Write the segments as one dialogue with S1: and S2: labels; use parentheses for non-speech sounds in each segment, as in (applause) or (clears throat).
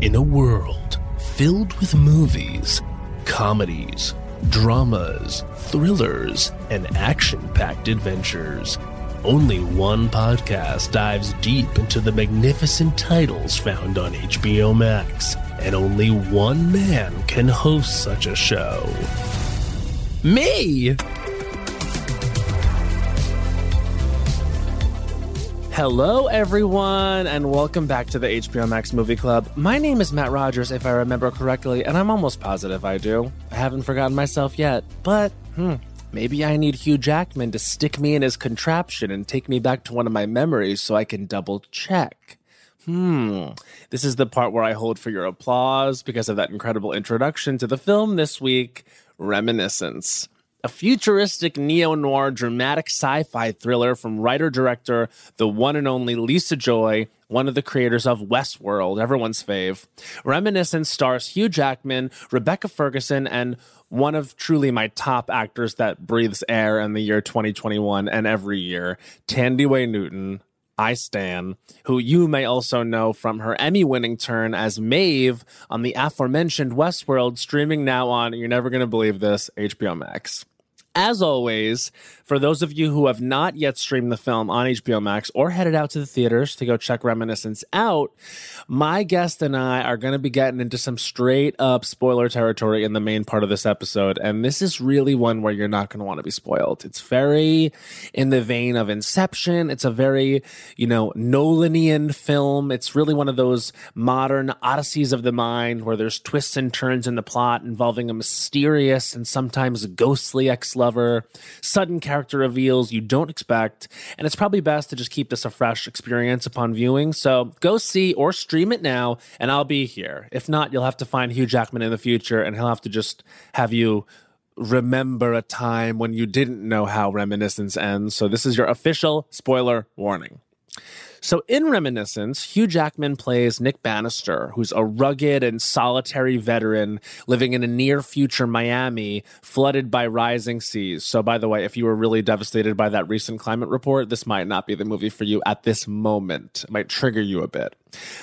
S1: In a world filled with movies, comedies, dramas, thrillers, and action packed adventures, only one podcast dives deep into the magnificent titles found on HBO Max, and only one man can host such a show. Me!
S2: Hello, everyone, and welcome back to the HBO Max Movie Club. My name is Matt Rogers, if I remember correctly, and I'm almost positive I do. I haven't forgotten myself yet, but hmm, maybe I need Hugh Jackman to stick me in his contraption and take me back to one of my memories so I can double check. Hmm. This is the part where I hold for your applause because of that incredible introduction to the film this week, Reminiscence. A futuristic neo noir dramatic sci fi thriller from writer director, the one and only Lisa Joy, one of the creators of Westworld, everyone's fave. Reminiscence stars Hugh Jackman, Rebecca Ferguson, and one of truly my top actors that breathes air in the year 2021 and every year, Tandy Way Newton. I Stan, who you may also know from her Emmy winning turn as Maeve on the aforementioned Westworld, streaming now on, you're never going to believe this, HBO Max. As always, for those of you who have not yet streamed the film on HBO Max or headed out to the theaters to go check Reminiscence out, my guest and I are going to be getting into some straight up spoiler territory in the main part of this episode. And this is really one where you're not going to want to be spoiled. It's very in the vein of Inception. It's a very, you know, Nolanian film. It's really one of those modern odysseys of the mind where there's twists and turns in the plot involving a mysterious and sometimes ghostly ex lover, sudden character reveals you don't expect. And it's probably best to just keep this a fresh experience upon viewing. So go see or stream it now, and I'll be here. If not, you'll have to find Hugh Jackman in the future, and he'll have to just have you remember a time when you didn't know how reminiscence ends. So this is your official spoiler warning. So, in Reminiscence, Hugh Jackman plays Nick Bannister, who's a rugged and solitary veteran living in a near future Miami flooded by rising seas. So, by the way, if you were really devastated by that recent climate report, this might not be the movie for you at this moment. It might trigger you a bit.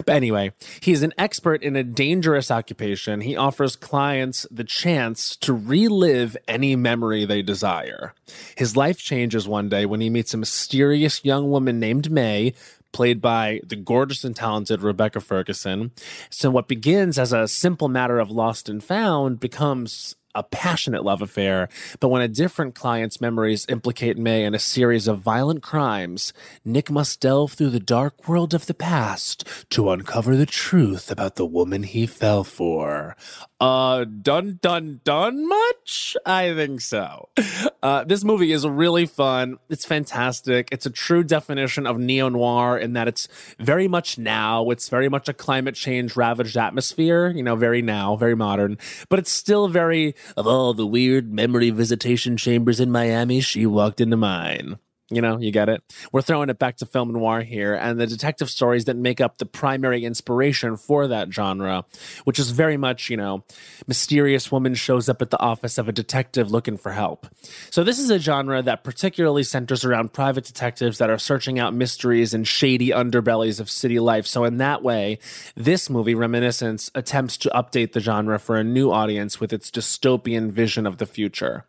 S2: But anyway, he's an expert in a dangerous occupation. He offers clients the chance to relive any memory they desire. His life changes one day when he meets a mysterious young woman named May, played by the gorgeous and talented Rebecca Ferguson. So, what begins as a simple matter of lost and found becomes a passionate love affair. But when a different client's memories implicate May in a series of violent crimes, Nick must delve through the dark world of the past to uncover the truth about the woman he fell for. Uh, dun dun dun much? I think so. Uh, this movie is really fun. It's fantastic. It's a true definition of neo noir in that it's very much now. It's very much a climate change ravaged atmosphere, you know, very now, very modern, but it's still very of all the weird memory visitation chambers in Miami, she walked into mine. You know, you get it. We're throwing it back to film noir here and the detective stories that make up the primary inspiration for that genre, which is very much, you know, mysterious woman shows up at the office of a detective looking for help. So, this is a genre that particularly centers around private detectives that are searching out mysteries and shady underbellies of city life. So, in that way, this movie, Reminiscence, attempts to update the genre for a new audience with its dystopian vision of the future.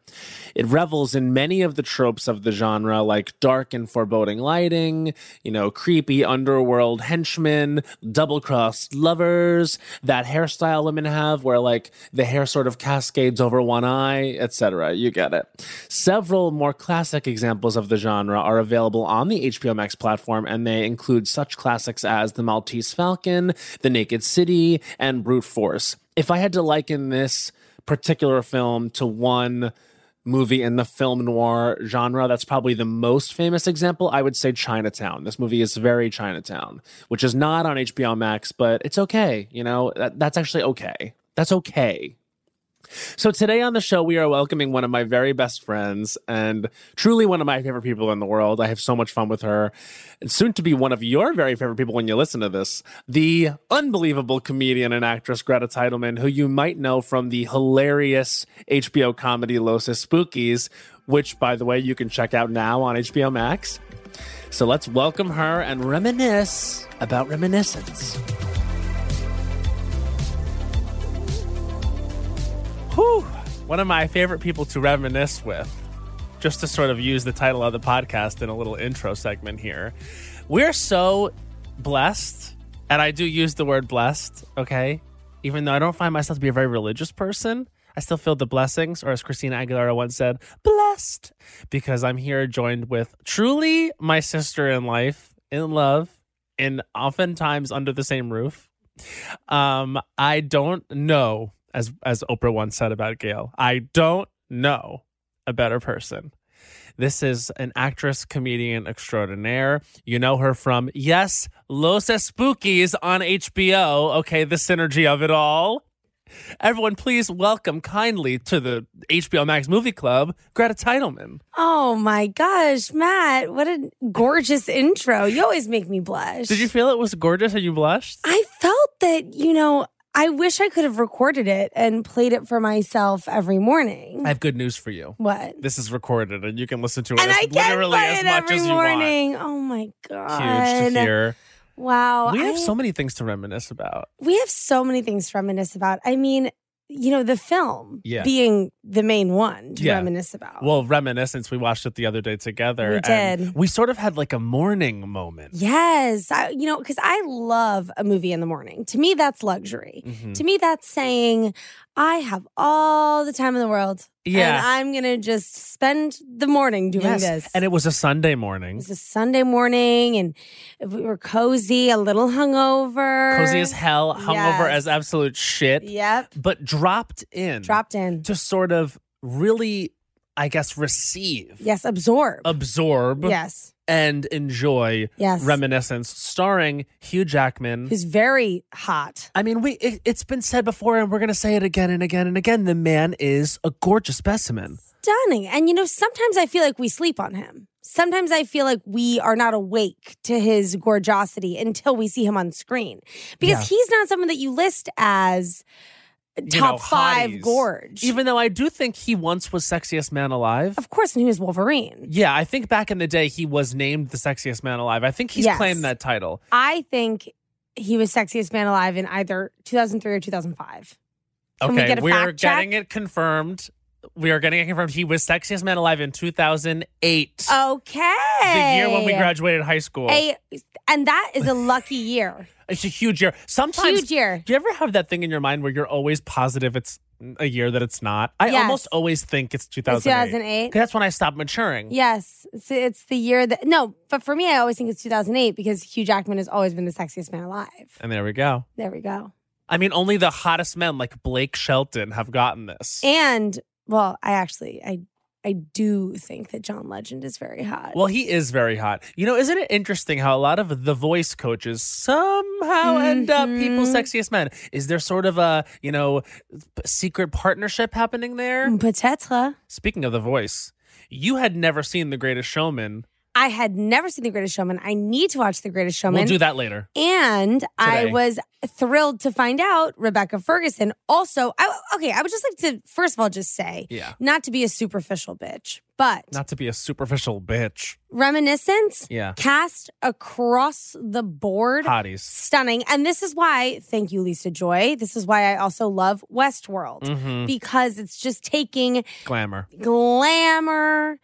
S2: It revels in many of the tropes of the genre, like dark and foreboding lighting, you know, creepy underworld henchmen, double crossed lovers, that hairstyle women have where like the hair sort of cascades over one eye, etc. You get it. Several more classic examples of the genre are available on the HBO Max platform, and they include such classics as The Maltese Falcon, The Naked City, and Brute Force. If I had to liken this particular film to one movie in the film noir genre. That's probably the most famous example. I would say Chinatown. This movie is very Chinatown, which is not on HBO Max, but it's okay. You know, that, that's actually okay. That's okay. So today on the show, we are welcoming one of my very best friends and truly one of my favorite people in the world. I have so much fun with her. And soon to be one of your very favorite people when you listen to this, the unbelievable comedian and actress Greta Teidelman, who you might know from the hilarious HBO comedy Los Spookies, which, by the way, you can check out now on HBO Max. So let's welcome her and reminisce about reminiscence. Whew. One of my favorite people to reminisce with, just to sort of use the title of the podcast in a little intro segment here. We're so blessed, and I do use the word blessed, okay? Even though I don't find myself to be a very religious person, I still feel the blessings, or as Christina Aguilera once said, blessed, because I'm here joined with truly my sister in life, in love, and oftentimes under the same roof. Um, I don't know, as as Oprah once said about Gail, I don't know a better person. This is an actress, comedian extraordinaire. You know her from yes, Los Spookies on HBO. Okay, the synergy of it all. Everyone, please welcome kindly to the HBO Max Movie Club, Greta Titleman.
S3: Oh my gosh, Matt, what a gorgeous intro. You always make me blush.
S2: Did you feel it was gorgeous and you blushed?
S3: I felt that, you know, I wish I could have recorded it and played it for myself every morning.
S2: I have good news for you.
S3: what?
S2: This is recorded and you can listen to it
S3: And
S2: as,
S3: I can
S2: literally
S3: play
S2: as
S3: it
S2: much
S3: every
S2: as you want.
S3: morning. Oh my god.
S2: Huge to hear.
S3: Wow.
S2: we have
S3: oh, I-
S2: so many things to reminisce about.
S3: we have so many things to reminisce about. I mean, you know, the film
S2: Yeah.
S3: being the main one to
S2: Yeah.
S3: reminisce about.
S2: Well, reminiscence. We watched it the other day together.
S3: We
S2: and
S3: did.
S2: we sort of had like a morning moment.
S3: yes. I, you know, because I love a movie in the morning. To me, that's luxury.
S2: Mhm.
S3: To me, that's saying I have all the time in the world. And
S2: Yeah.
S3: I'm going to just spend the morning doing
S2: yes.
S3: this.
S2: And it was a Sunday
S3: it
S2: morning.
S3: was a Sunday morning and we were cozy, a little hungover.
S2: Cozy as hell, hungover
S3: Yes.
S2: as absolute shit,
S3: Yep.
S2: but dropped in.
S3: Dropped in.
S2: to sort of really, I guess, receive,
S3: Yes. Absorb.
S2: absorb,
S3: Yes.
S2: and enjoy
S3: Yes.
S2: Reminiscence, starring Hugh Jackman.
S3: Who's very hot.
S2: I mean, we it, it's been said before, and we're going to say it again and again and again. The man is a gorgeous specimen.
S3: Stunning. And you know, sometimes I feel like we sleep on him. Sometimes I feel like we are not awake to his gorgeosity until we see him on screen because he's not someone that you list as Uh, top
S2: You know,
S3: five
S2: hotties.
S3: gorge.
S2: Even though I do think he once was sexiest man alive.
S3: of course, when he was Wolverine.
S2: Yeah, I think back in the day he was named the sexiest man alive. I think he's
S3: Yes.
S2: claimed that title.
S3: I think he was sexiest man alive in either 2003 or 2005. Can we
S2: okay,
S3: get a
S2: are
S3: fact check?
S2: getting it confirmed. We are getting it confirmed. He was sexiest man alive in 2008.
S3: Okay.
S2: the year when we graduated high school.
S3: A, and that is a lucky
S2: (laughs)
S3: year.
S2: it's a huge year. Sometimes,
S3: Huge year.
S2: do you ever have that thing in your mind where you're always positive it's a year that it's not? I
S3: Yes.
S2: almost always think it's
S3: It's
S2: 2008. 'Cause
S3: 2008.
S2: That's when I stopped maturing.
S3: Yes, it's, it's the year that no, but for me, I always think it's 2008 because Hugh Jackman has always been the sexiest man alive.
S2: And there we go.
S3: There we go.
S2: I mean, only the hottest men like Blake Shelton have gotten this.
S3: And well, I actually, I, I do think that John Legend is very hot.
S2: Well, he is very hot. You know, isn't it interesting how a lot of the voice coaches somehow end up people's
S3: Mhm.
S2: sexiest men? Is there sort of a, you know, p- secret partnership happening there?
S3: Mm. Peut-être.
S2: Speaking of the voice, you had never seen The Greatest Showman.
S3: I had never seen The Greatest Showman. I need to watch The Greatest Showman.
S2: We'll do that later.
S3: And I
S2: Today.
S3: was thrilled to find out Rebecca Ferguson. Also, I, okay, I would just like to first of all just say,
S2: Yeah.
S3: not to be a superficial bitch, but
S2: Not to be a superficial bitch.
S3: reminiscence
S2: Yeah.
S3: cast across the board.
S2: Hotties.
S3: Stunning. And this is why, thank you, Lisa Joy. This is why I also love Westworld
S2: hmm
S3: because it's just taking
S2: (laughs) Glamour.
S3: glamour,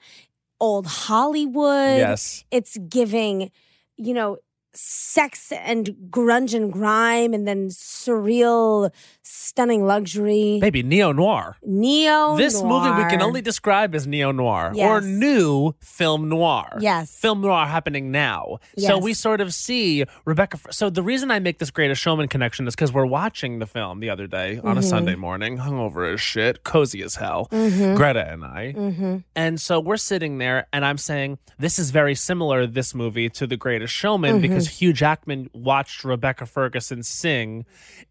S3: old Hollywood.
S2: Yes.
S3: It's giving, you know, sex and grunge and grime and then surreal, stunning luxury.
S2: Baby, neo noir.
S3: Neo.
S2: This movie we can
S3: noir.
S2: only describe as neo noir or
S3: Yes.
S2: new film noir.
S3: Yes.
S2: Film noir happening now. So
S3: Yes.
S2: we sort of see Rebecca. Fr- So the reason I make this greatest showman connection is because we're watching the film the other day on a
S3: Mhm.
S2: Sunday morning, hungover as shit, cozy as hell,
S3: Mhm.
S2: Greta and I.
S3: Mhm.
S2: And so we're sitting there, and I'm saying, This is very similar, this movie, to The Greatest Showman,
S3: Mhm.
S2: because Hugh Jackman watched Rebecca Ferguson sing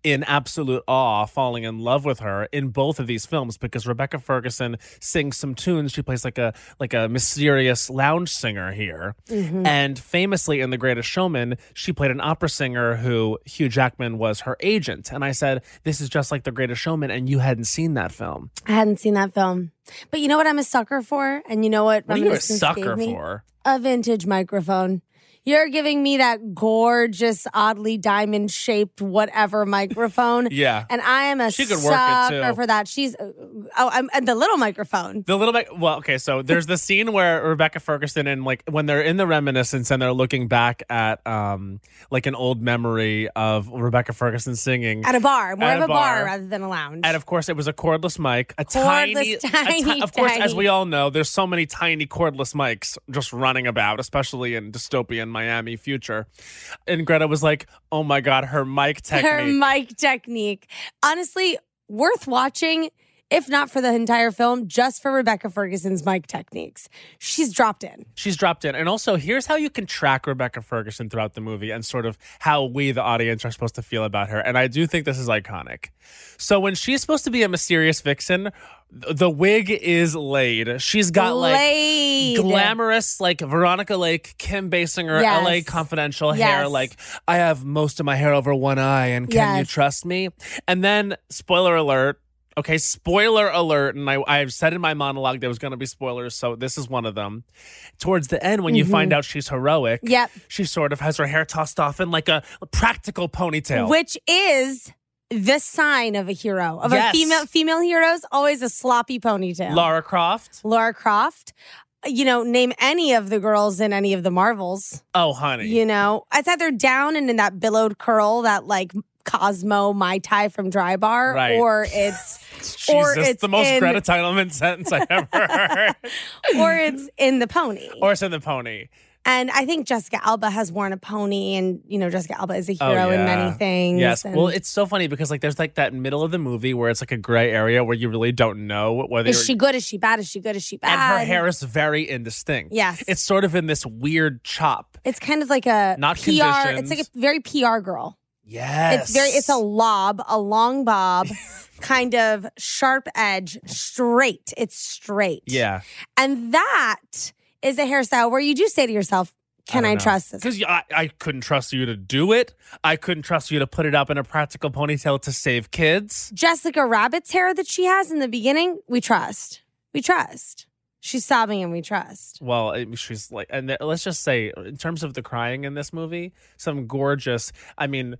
S2: in absolute awe, falling in love with her in both of these films, because Rebecca Ferguson sings some tunes. She plays like a like a mysterious lounge singer here.
S3: Mhm.
S2: And famously in The Greatest Showman, she played an opera singer who Hugh Jackman was her agent. And I said, This is just like The Greatest Showman, and you hadn't seen that film.
S3: I hadn't seen that film. But you know what I'm a sucker for? And you know what?
S2: What are you a
S3: reminiscence gave
S2: sucker
S3: me?
S2: for?
S3: A vintage microphone. You're giving me that gorgeous, oddly diamond shaped, whatever microphone.
S2: (laughs) Yeah.
S3: And I am a
S2: She could work it,
S3: sucker
S2: too.
S3: for that. She's, oh, I'm, and the little microphone.
S2: The little bit, well, okay. So there's the scene where Rebecca Ferguson and like when they're in the reminiscence and they're looking back at um like an old memory of Rebecca Ferguson singing,
S3: At a bar, more
S2: At
S3: of
S2: a
S3: a bar.
S2: bar.
S3: rather than a lounge. (laughs)
S2: and of course it was a cordless mic, a tiny,
S3: Cordless,
S2: a
S3: (laughs) tiny,
S2: of course, as
S3: tiny.
S2: we all know, there's so many tiny cordless mics just running about, especially in dystopian Miami future. And Greta was like, "Oh my god, her mic technique."
S3: her mic technique. Honestly, worth watching, if not for the entire film, just for Rebecca Ferguson's mic techniques. She's dropped in.
S2: She's dropped in. And also, here's how you can track Rebecca Ferguson throughout the movie and sort of how we, the audience, are supposed to feel about her. And I do think this is iconic. So, when she's supposed to be a mysterious vixen, th- the wig is laid. She's got like
S3: Blade.
S2: glamorous, like Veronica Lake, Kim Basinger,
S3: Yes.
S2: LA Confidential hair.
S3: Yes.
S2: Like, I have most of my hair over one eye, and can you
S3: Yes.
S2: trust me? And then, spoiler alert. Okay, spoiler alert. And I, I've said in my monologue there was going to be spoilers, so this is one of them. Towards the end, when you find out she's heroic,
S3: Mm-hmm. Yep.
S2: she sort of has her hair tossed off in like a practical ponytail.
S3: Which is the sign of a hero. Of
S2: Yes.
S3: a female female hero's always a sloppy ponytail.
S2: Lara Croft.
S3: Laura Croft. You know, name any of the girls in any of the Marvels.
S2: Oh, honey.
S3: You know, it's either down and in that billowed curl, that like Cosmo Mai Tai from Dry Bar,
S2: Right.
S3: or it's
S2: (laughs) Jesus,
S3: or it's
S2: the most
S3: in-
S2: Greta Titleman sentence I ever
S3: (laughs)
S2: heard.
S3: or it's in the pony.
S2: or it's in the pony.
S3: and I think Jessica Alba has worn a pony, and you know, Jessica Alba is a
S2: Oh,
S3: hero in
S2: yeah.
S3: many things.
S2: Yes.
S3: and-
S2: Well, it's so funny because like there's like that middle of the movie where it's like a gray area where you really don't know whether
S3: is
S2: you're-
S3: she good? Is she bad? Is she good? Is she bad?
S2: and her hair is very indistinct.
S3: Yes.
S2: It's sort of in this weird chop.
S3: It's kind of like a
S2: Not
S3: PR. It's like a
S2: conditions.
S3: very PR girl.
S2: Yes.
S3: It's very. It's a lob, a
S2: (laughs)
S3: long bob, kind of sharp edge, straight. It's straight.
S2: yeah.
S3: And that is a hairstyle where you do say to yourself, "Can I,
S2: don't know.
S3: trust this?"
S2: Because I, I couldn't trust you to do it. I couldn't trust you to put it up in a practical ponytail to save kids.
S3: Jessica Rabbit's hair that she has in the beginning, we trust. We trust. She's sobbing and we trust.
S2: Well, I mean, she's like, and th- let's just say, in terms of the crying in this movie, some gorgeous. I mean,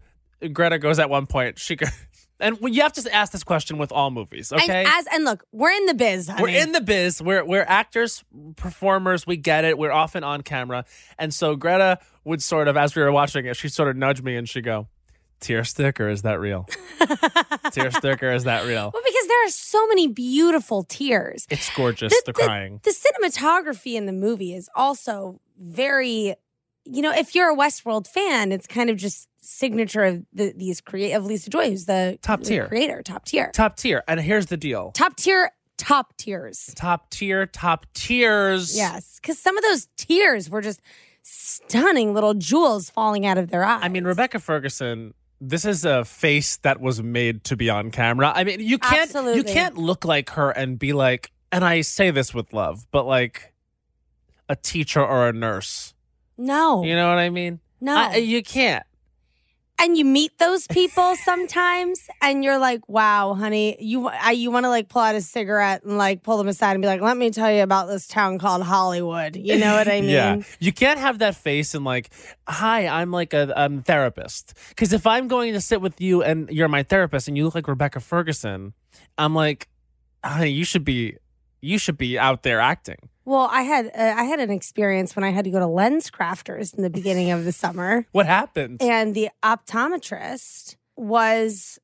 S2: Greta goes at one point. She, go- (laughs) and you have to ask this question with all movies, okay?
S3: And as and look, we're in the biz, honey.
S2: We're in the biz. We're we're actors, performers. We get it. We're often on camera, and so Greta would sort of, as we were watching it, she sort of nudged me and she go, "Tear stick or is that real? Tear stick or is that real?
S3: well, because there are so many beautiful tears.
S2: It's gorgeous.
S3: The-
S2: The,
S3: the-
S2: crying.
S3: The cinematography in the movie is also very, you know, if you're a Westworld fan, it's kind of just signature of the, these create of Lisa Joy, who's the
S2: Top
S3: the
S2: tier.
S3: creator, top tier,
S2: Top tier. And here's the deal.
S3: top tier, top tiers.
S2: Top tier. Top tiers.
S3: Yes, because some of those tears were just stunning little jewels falling out of their eyes.
S2: I mean, Rebecca Ferguson. This is a face that was made to be on camera. I mean, you can't you
S3: Absolutely.
S2: can't look like her and be like. And I say this with love, but like a teacher or a nurse.
S3: No,
S2: You know what I mean?
S3: Oh. no.
S2: I, uh, you can't.
S3: and you meet those people sometimes, and you're like, "Wow, honey, you I, you want to like pull out a cigarette and like pull them aside and be like, let me tell you about this town called Hollywood.' You know what I
S2: (laughs)
S3: mean?
S2: Yeah. You can't have that face and like, hi, I'm like a um, therapist. Because if I'm going to sit with you and you're my therapist and you look like Rebecca Ferguson, I'm like, honey, you should be, you should be out there acting.
S3: Well, I had uh, I had an experience when I had to go to lens crafters in the beginning of the summer,
S2: What happened?
S3: and the optometrist was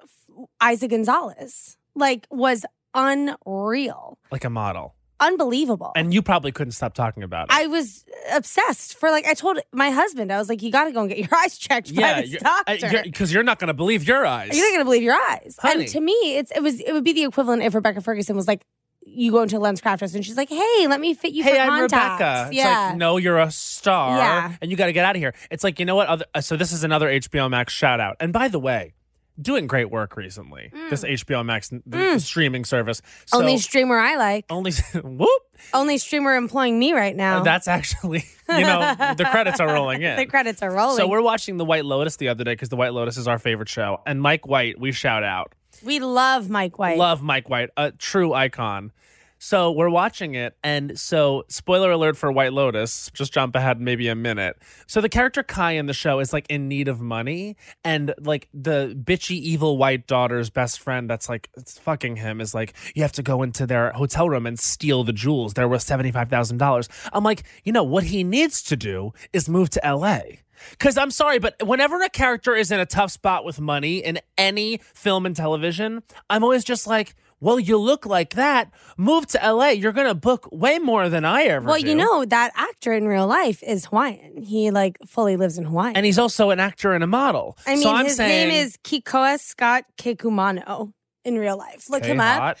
S3: f- Isa Gonzalez. Like, was unreal,
S2: like a model.
S3: unbelievable.
S2: And you probably couldn't stop talking about it.
S3: I was obsessed for like I told my husband I was like you got to go and get your (laughs) eyes checked by this doctor.
S2: because uh, you're not going to believe your eyes.
S3: You're not gonna believe your eyes.
S2: Honey.
S3: And to me, it's it was it would be the equivalent if Rebecca Ferguson was like, you go into lens crafters and she's like, hey, let me fit you
S2: hey,
S3: for
S2: I'm
S3: contacts.
S2: Rebecca.
S3: Yeah.
S2: It's like, no, you're a star,
S3: Yeah.
S2: and you got to get out of here. It's like you know what? Other, uh, so this is another HBO Max shout out. And by the way, doing great work recently.
S3: Mm.
S2: This HBO Max n- the
S3: Mm.
S2: streaming service. So
S3: only streamer I like.
S2: only (laughs) whoop.
S3: Only streamer employing me right now.
S2: That's actually you know the credits are rolling
S3: (laughs)
S2: in.
S3: Oh. the credits are rolling.
S2: So we're watching The White Lotus the other day because The White Lotus is our favorite show, and Mike White we shout out.
S3: we love Mike White.
S2: Love Mike White, a true icon. So we're watching it, and so spoiler alert for White Lotus. Just jump ahead maybe a minute. So the character Kai in the show is like in need of money, and like the bitchy evil white daughter's best friend that's like it's fucking him is like you have to go into their hotel room and steal the jewels. They're worth seventy five thousand dollars. I'm like, you know what he needs to do is move to L.A. Because I'm sorry, but whenever a character is in a tough spot with money in any film and television, I'm always just like, well, you look like that. Move to LA. You're going to book way more than I ever
S3: well,
S2: do.
S3: you know that actor in real life is Hawaiian. He like fully lives in Hawaii.
S2: And he's also an actor and a model.
S3: I mean,
S2: so I'm
S3: his
S2: saying,
S3: name is Kikoa Scott Kekumano in real life. Look
S2: Okay,
S3: him up.
S2: hot.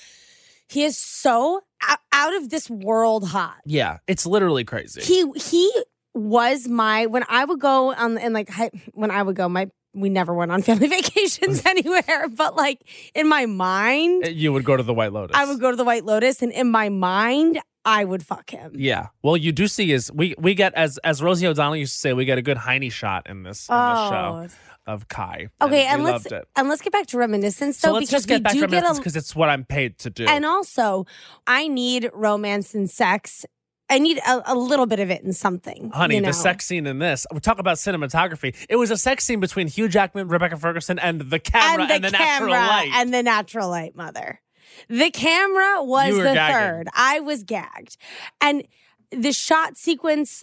S3: He is so out- out of this world hot.
S2: Yeah, it's literally crazy.
S3: he he was my when I would go on and like hi- when I would go my we never went on family (laughs)
S2: (laughs)
S3: vacations anywhere but like in my mind
S2: Uh, you would go to the White Lotus.
S3: I would go to the White Lotus and in my mind I would fuck him.
S2: Yeah. Well, you do see is we we get as as Rosie O'Donnell used to say, we get a good Heine shot in this in this show
S3: Oh,
S2: of Kai.
S3: okay,
S2: and
S3: and
S2: we
S3: let's
S2: loved it.
S3: and let's get back to reminiscence
S2: So
S3: though
S2: let's
S3: because
S2: just get
S3: we
S2: back
S3: do
S2: to
S3: get a
S2: because it's what I'm paid to do.
S3: and also I need romance and sex. I need a, a little bit of it in something.
S2: Honey,
S3: you know?
S2: the sex scene in this, we talk about cinematography. It was a sex scene between Hugh Jackman, Rebecca Ferguson, and the camera and the, natural light.
S3: and the natural light mother the camera was
S2: You were
S3: the
S2: gagging.
S3: third i was gagged and the shot sequence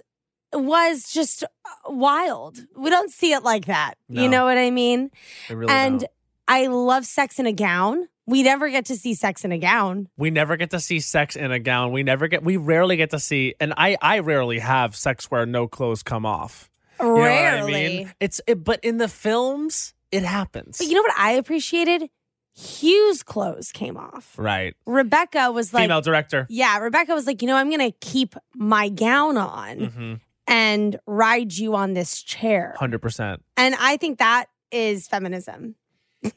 S3: was just uh, wild we don't see it like that
S2: No.
S3: you know what i mean
S2: I really
S3: and
S2: don't.
S3: i love sex in a gown we never get to see sex in a gown
S2: we never get to see sex in a gown. We never get, we rarely get to see, and I, I rarely have sex where no clothes come off. You know what I
S3: rarely
S2: mean? It's, it, but in the films, it happens.
S3: but you know what i appreciated hugh's clothes came off
S2: right.
S3: rebecca was like
S2: Female director.
S3: yeah rebecca was like you know i'm gonna keep my gown on
S2: Mm-hmm.
S3: and ride you on this chair.
S2: 100%.
S3: And I think that is feminism.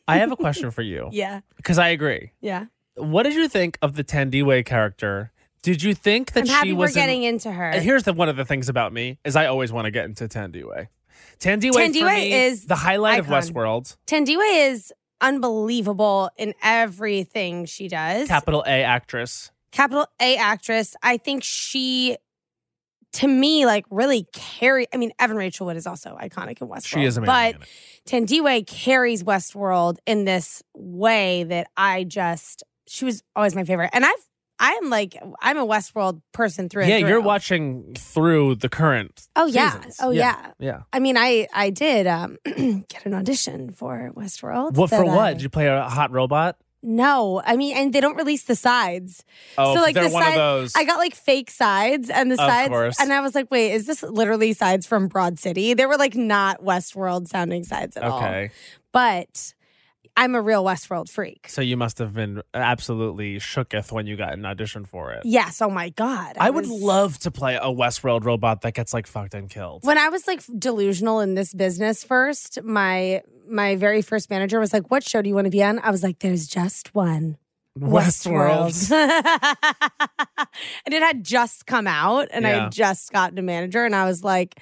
S2: I have a question for you
S3: (laughs) Yeah.
S2: because I agree.
S3: Yeah.
S2: What did you think of the Tandiwe character? Did you think that
S3: I'm
S2: she
S3: happy we're
S2: was in-
S3: getting into her.
S2: And here's the one of the things about me is I always want to get into Tandiwe. Tandiwe, for
S3: Tandiwe
S2: me,
S3: is
S2: the highlight
S3: icon.
S2: of Westworld.
S3: Tandiwe is unbelievable in everything she does.
S2: Capital A actress.
S3: Capital A actress. I think she, to me, like really carry. I mean, Evan Rachel Wood is also iconic in Westworld.
S2: She is amazing.
S3: But
S2: in it.
S3: Tandiwe carries Westworld in this way that I just she was always my favorite. And I've I'm like I'm a Westworld person through and
S2: yeah, you're
S3: through.
S2: watching through the current.
S3: Oh yeah.
S2: seasons.
S3: Oh
S2: Yeah.
S3: yeah.
S2: Yeah.
S3: I mean, I I did um, (clears throat) get an audition for Westworld.
S2: What
S3: that
S2: for? What
S3: I-
S2: Did you play a hot robot?
S3: no, I mean, and they don't release the sides.
S2: Oh,
S3: So, like,
S2: they're
S3: the
S2: one of
S3: side-
S2: those.
S3: I got like fake sides and the
S2: Of
S3: sides,
S2: course.
S3: and I was like, wait, is this literally sides from Broad City? They were like not Westworld sounding sides at all.
S2: okay,
S3: But I'm a real Westworld freak.
S2: so you must have been absolutely shooketh when you got an audition for it.
S3: Yes. Oh my god.
S2: I would
S3: was-
S2: love to play a Westworld robot that gets like fucked and killed.
S3: When I was like delusional in this business first, my my very first manager was like, "What show do you want to be on?" I was like, "There's just one." Westworld. (laughs) and it had just come out, and I
S2: Yeah.
S3: had just gotten a manager, and I was like,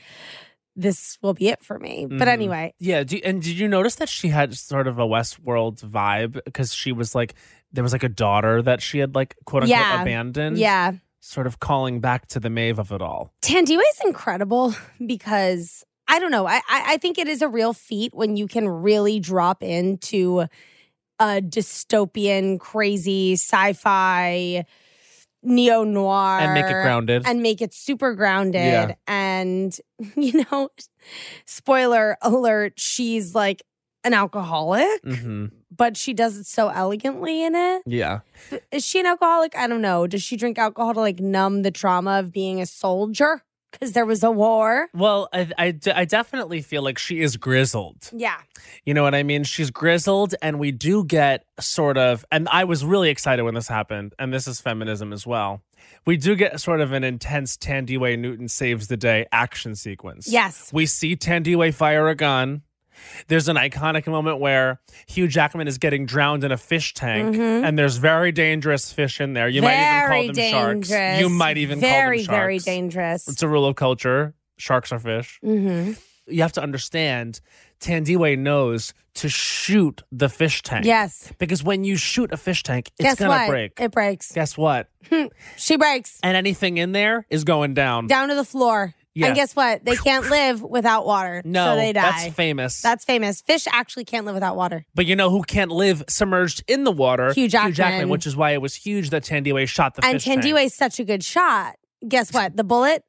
S3: this will be it for me. But
S2: Mhm.
S3: anyway,
S2: Yeah, do, and did you notice that she had sort of a Westworld vibe because she was like there was like a daughter that she had like quote unquote
S3: Yeah.
S2: abandoned,
S3: yeah.
S2: sort of calling back to the Maeve of it all.
S3: Tandiwe is incredible because I don't know. I, I, I think it is a real feat when you can really drop into a dystopian, crazy sci fi neo noir
S2: and make it grounded.
S3: and make it super grounded.
S2: Yeah.
S3: And, (laughs) you know, spoiler alert, she's like an alcoholic,
S2: hmm
S3: but she does it so elegantly in it.
S2: Yeah.
S3: But Is she an alcoholic? I don't know. Does she drink alcohol to like numb the trauma of being a soldier? Because there was a war.
S2: Well, I, I, de- I definitely feel like she is grizzled.
S3: Yeah.
S2: You know what I mean? She's grizzled, and we do get sort of, and I was really excited when this happened, and this is feminism as well. We do get sort of an intense Tandiwe Newton saves the day action sequence.
S3: Yes.
S2: We see Tandiwe fire a gun. There's an iconic moment where Hugh Jackman is getting drowned in a fish tank,
S3: Mhm.
S2: and there's very dangerous fish in there. You might even call them sharks. You might even
S3: very,
S2: call them
S3: Very,
S2: sharks.
S3: dangerous.
S2: It's a rule of culture. Sharks are fish
S3: hmm
S2: you have to understand Tandiwe knows to shoot the fish tank.
S3: Yes.
S2: Because when you shoot a fish tank, it's
S3: Guess
S2: gonna
S3: what?
S2: break.
S3: It breaks.
S2: Guess what?
S3: She breaks
S2: And anything in there is going down.
S3: down to the floor.
S2: Yeah.
S3: And guess what?
S2: (laughs)
S3: They can't live without water.
S2: no,
S3: So they die.
S2: that's famous.
S3: That's famous. Fish actually can't live without water.
S2: but you know who can't live submerged in the water?
S3: Hugh Jackman.
S2: which is why it was huge that Tandiwe shot the
S3: and
S2: fish tank.
S3: Tandiwe is such a good shot. Guess what? The bullet,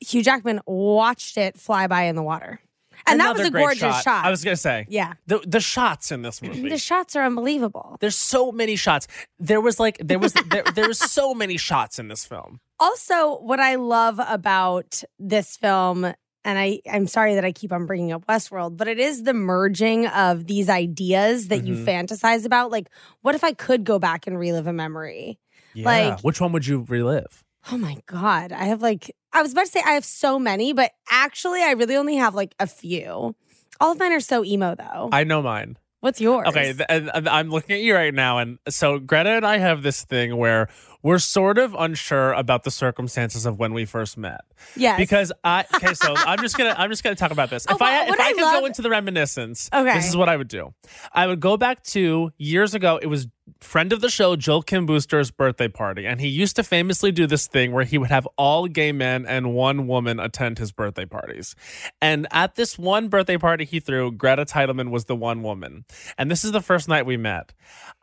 S3: Hugh Jackman watched it fly by in the water. And
S2: Another
S3: that was a
S2: great
S3: gorgeous shot.
S2: I was gonna say
S3: yeah.
S2: the the shots in this movie.
S3: The shots are unbelievable.
S2: There's so many shots. There was like there was there, there was so many shots in this film.
S3: Also, what I love about this film, and I, I'm sorry that I keep on bringing up Westworld, but it is the merging of these ideas that you
S2: Mhm.
S3: fantasize about. Like, what if I could go back and relive a memory?
S2: Yeah.
S3: Like-
S2: which one would you relive?
S3: Oh my God. I have like, I was about to say I have so many, but actually, I really only have like a few. All of mine are so emo, though.
S2: I know mine.
S3: What's yours?
S2: Okay, th- and, and I'm looking at you right now, and so Greta and I have this thing where we're sort of unsure about the circumstances of when we first met
S3: yes.
S2: because I. Okay,
S3: (laughs)
S2: so I'm just gonna I'm just gonna talk about this.
S3: Oh,
S2: if I
S3: wow,
S2: if
S3: what
S2: I,
S3: I
S2: could
S3: love-
S2: go into the reminiscence,
S3: Okay.
S2: this is what I would do. I would go back to years ago. It was friend of the show Joel Kim Booster's birthday party, and he used to famously do this thing where he would have all gay men and one woman attend his birthday parties. And at this one birthday party he threw, Greta Titelman was the one woman, and this is the first night we met.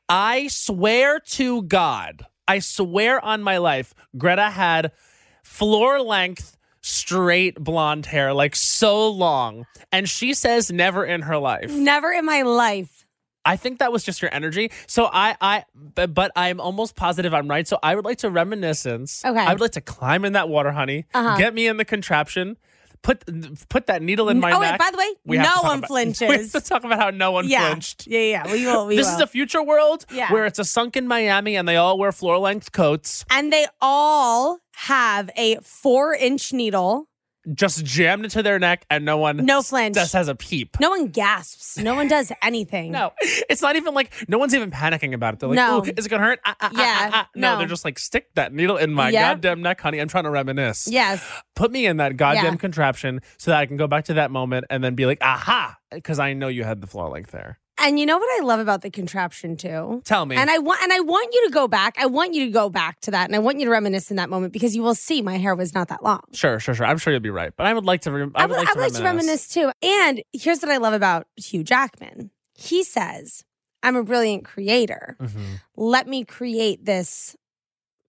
S2: I swear to God, I swear on my life, Greta had floor length straight blonde hair, like so long. And she says never in her life.
S3: Never in my life.
S2: I think that was just your energy. So I, I, but, but I'm almost positive I'm right. So I would like to reminiscence.
S3: Okay.
S2: I would like to climb in that water, honey.
S3: Uh-huh.
S2: Get me in the contraption. Put put that needle in my
S3: oh,
S2: neck.
S3: wait, by the way,
S2: We have to
S3: no
S2: talk
S3: one
S2: about- (laughs)
S3: flinches.
S2: We have to talk about how no one
S3: yeah.
S2: flinched.
S3: Yeah, Oh, yeah, yeah. We will. We
S2: This
S3: will.
S2: is a future world
S3: Yeah.
S2: where it's a sunken Miami and they all wear floor length coats,
S3: and they all have a four inch needle.
S2: just jammed into their neck, and no one
S3: No flinch.
S2: just has a peep.
S3: No one gasps. No
S2: (laughs)
S3: one does anything.
S2: No, it's not even like no one's even panicking about it. They're like,
S3: No.
S2: "Ooh, is it gonna hurt?" Ah, ah, ah,
S3: Yeah,
S2: ah, ah." No,
S3: no.
S2: they're just like, "Stick that needle in my
S3: Yeah.
S2: goddamn neck, honey. I'm trying to reminisce.
S3: Yes.
S2: Put me in that goddamn
S3: Yeah.
S2: contraption so that I can go back to that moment and then be like, aha, because I know you had the floor length there.
S3: And you know what I love about the contraption too?
S2: Tell me.
S3: And I want and I want you to go back. I want you to go back to that and I want you to reminisce in that moment because you will see my hair was not that long.
S2: sure, sure, sure. I'm sure you'll be right, but I would like to. Re- I would, like, to
S3: I would reminisce too. And here's what I love about Hugh Jackman. He says, I'm a brilliant creator.
S2: Mhm.
S3: Let me create this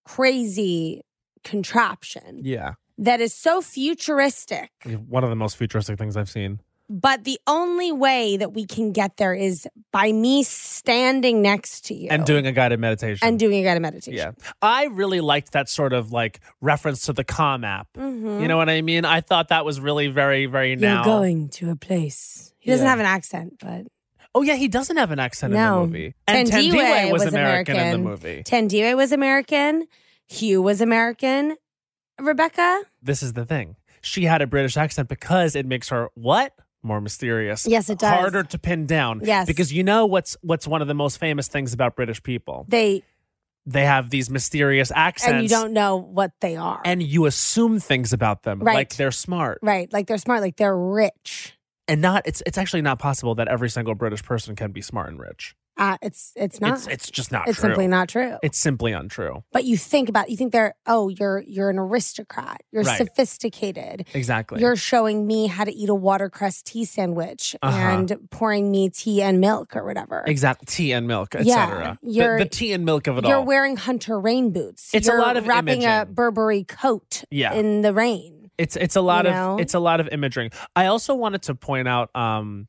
S3: crazy contraption
S2: Yeah,
S3: that is so futuristic.
S2: one of the most futuristic things I've seen.
S3: But the only way that we can get there is by me standing next to you
S2: And doing a guided meditation.
S3: and doing a guided meditation.
S2: yeah, I really liked that sort of like reference to the Calm app.
S3: Mhm.
S2: You know what I mean? I thought that was really very, very now.
S3: You're going to a place. He doesn't
S2: Yeah.
S3: have an accent, but
S2: Oh yeah, he doesn't have an accent in
S3: No.
S2: the movie. And
S3: Tandiwe
S2: Tandiwe was,
S3: was
S2: American, in
S3: American.
S2: the movie.
S3: Tandiwe was American. Hugh was American. Rebecca?
S2: This is the thing. She had a British accent because it makes her what? More mysterious.
S3: Yes, it does.
S2: Harder to pin down.
S3: Yes.
S2: Because you know what's what's one of the most famous things about British people?
S3: They
S2: They have these mysterious accents
S3: and you don't know what they are.
S2: and you assume things about them.
S3: Right.
S2: Like they're smart.
S3: right. Like they're smart, like they're rich.
S2: And not it's it's actually not possible that every single British person can be smart and rich.
S3: Uh, it's it's not.
S2: It's, it's just not
S3: It's
S2: true.
S3: simply not true.
S2: it's simply untrue.
S3: but you think about you think they're oh you're you're an aristocrat. You're
S2: Right.
S3: sophisticated.
S2: Exactly.
S3: You're showing me how to eat a watercress tea sandwich
S2: Uh-huh.
S3: and pouring me tea and milk or whatever.
S2: exactly tea and milk,
S3: Yeah,
S2: etc. The,
S3: you're-
S2: the tea and milk of it
S3: You're
S2: all.
S3: wearing hunter rain boots.
S2: It's a
S3: You're
S2: lot of
S3: wrapping a
S2: imaging.
S3: Burberry coat
S2: Yeah.
S3: in the rain.
S2: It's it's a lot
S3: you
S2: of
S3: know?
S2: it's a lot of imaging. I also wanted to point out. Um,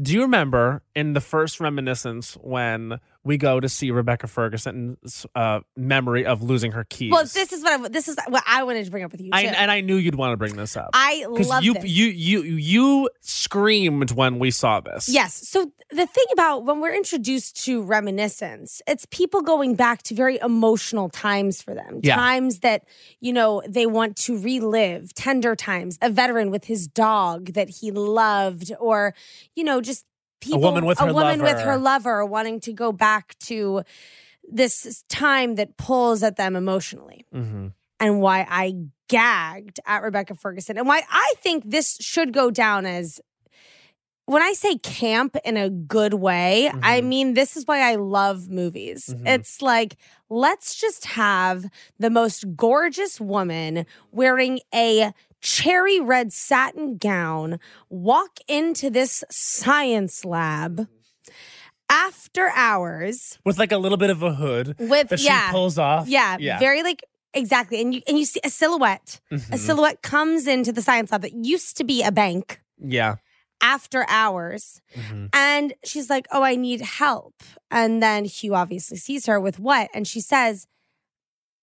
S2: do you remember in the first reminiscence when we go to see Rebecca Ferguson's uh, memory of losing her keys?
S3: Well, this is what I, this is what I wanted to bring up with you.
S2: I,
S3: too.
S2: and I knew you'd want to bring this up
S3: I love
S2: you
S3: this.
S2: you you you screamed when we saw this.
S3: Yes. So the thing about when we're introduced to reminiscence, it's people going back to very emotional times for them.
S2: Yeah.
S3: Times that, you know, they want to relive, tender times, a veteran with his dog that he loved, or, you know, just people
S2: woman with
S3: a
S2: her
S3: woman with
S2: lover.
S3: her lover wanting to go back to this time that pulls at them emotionally
S2: Mm-hmm.
S3: and why I gagged at Rebecca Ferguson and why I think this should go down as when I say camp in a good way, I
S2: Mhm.
S3: mean this is why I love movies.
S2: Mhm.
S3: It's like let's just have the most gorgeous woman wearing a cherry red satin gown walk into this science lab after hours
S2: With like a little bit of a hood
S3: with
S2: that
S3: yeah
S2: she pulls off.
S3: yeah,
S2: Yeah.
S3: very uh, like exactly. And you and you see a silhouette. A
S2: Mhm.
S3: silhouette comes into the science lab that used to be a bank
S2: yeah.
S3: after hours.
S2: Mhm.
S3: And she's like, "Oh, I need help." And then Hugh obviously sees her with what? And she says,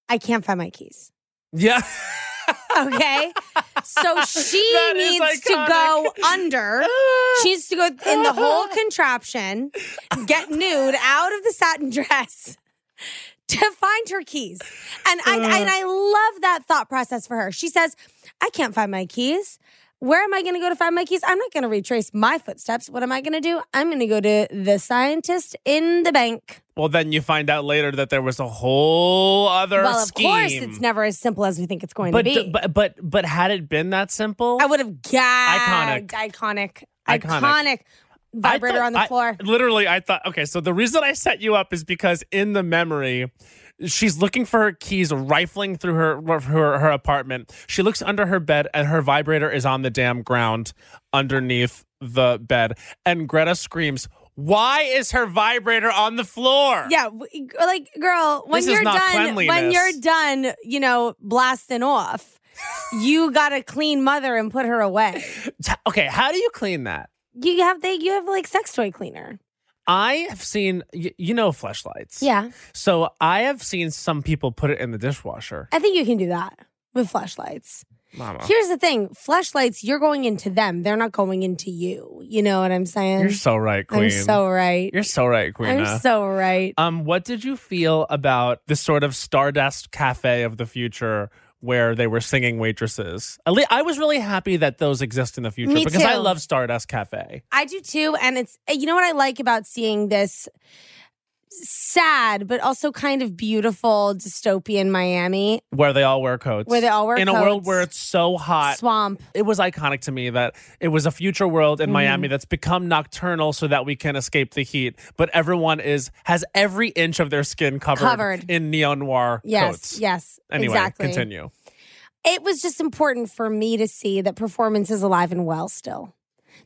S3: "I can't find my
S2: (laughs)
S3: keys."
S2: Yeah.
S3: Okay? so she
S2: That is
S3: needs to go
S2: iconic.
S3: under. (laughs) She needs to go in
S2: (laughs)
S3: the whole contraption, get nude out of the satin dress to find her keys. And I,
S2: Uh.
S3: and I love that thought process for her. She says, I can't find my keys. Where am I going to go to find my keys? I'm not going to retrace my footsteps. What am I going to do? I'm going to go to the scientist in the bank.
S2: Well, then you find out later that there was a whole other
S3: well, of
S2: scheme.
S3: course, it's never as simple as we think it's going
S2: But,
S3: to be.
S2: but but but had it been that simple,
S3: I would have gagged.
S2: Iconic.
S3: Iconic.
S2: Iconic.
S3: Iconic. Vibrator
S2: I thought-
S3: on the
S2: I-
S3: floor.
S2: literally, I thought, okay, so the reason I set you up is because in the memory, she's looking for her keys, rifling through her her, her apartment. She looks under her bed, and her vibrator is on the damn ground underneath the bed. And Greta screams, "Why is her vibrator on the floor?"
S3: Yeah, w- like girl, when
S2: This is
S3: you're
S2: not
S3: done, when
S2: cleanliness.
S3: you're done, you know, blasting off,
S2: (laughs)
S3: you got to clean mother and put her away.
S2: T- Okay, how do you clean that?
S3: You have they you have like sex toy cleaner.
S2: I have seen, y- you know, flashlights.
S3: Yeah,
S2: So I have seen some people put it in the dishwasher.
S3: I think you can do that with flashlights.
S2: Mama,
S3: Here's the thing, flashlights, you're going into them. They're not going into you. You know what I'm saying?
S2: you're so right, Queen.
S3: I'm so right.
S2: You're so right, Queen.
S3: I'm so right.
S2: um, what did you feel about this sort of Stardust Cafe of the future where they were singing waitresses? At lea- I was really happy that those exist in the future
S3: Me
S2: because I
S3: too.
S2: love Stardust Cafe.
S3: I do too. And it's, eh, you know what I like about seeing this sad, but also kind of beautiful dystopian Miami
S2: Where they all wear coats.
S3: where they all wear
S2: in
S3: coats,
S2: a world where it's so hot,
S3: swamp.
S2: it was iconic to me that it was a future world
S3: Mm-hmm.
S2: in Miami that's become nocturnal so that we can escape the heat. But everyone is has every inch of their skin covered,
S3: Covered.
S2: in neon noir
S3: Yes,
S2: coats.
S3: yes,
S2: Anyway,
S3: exactly.
S2: continue.
S3: It was just important for me to see that performance is alive and well still.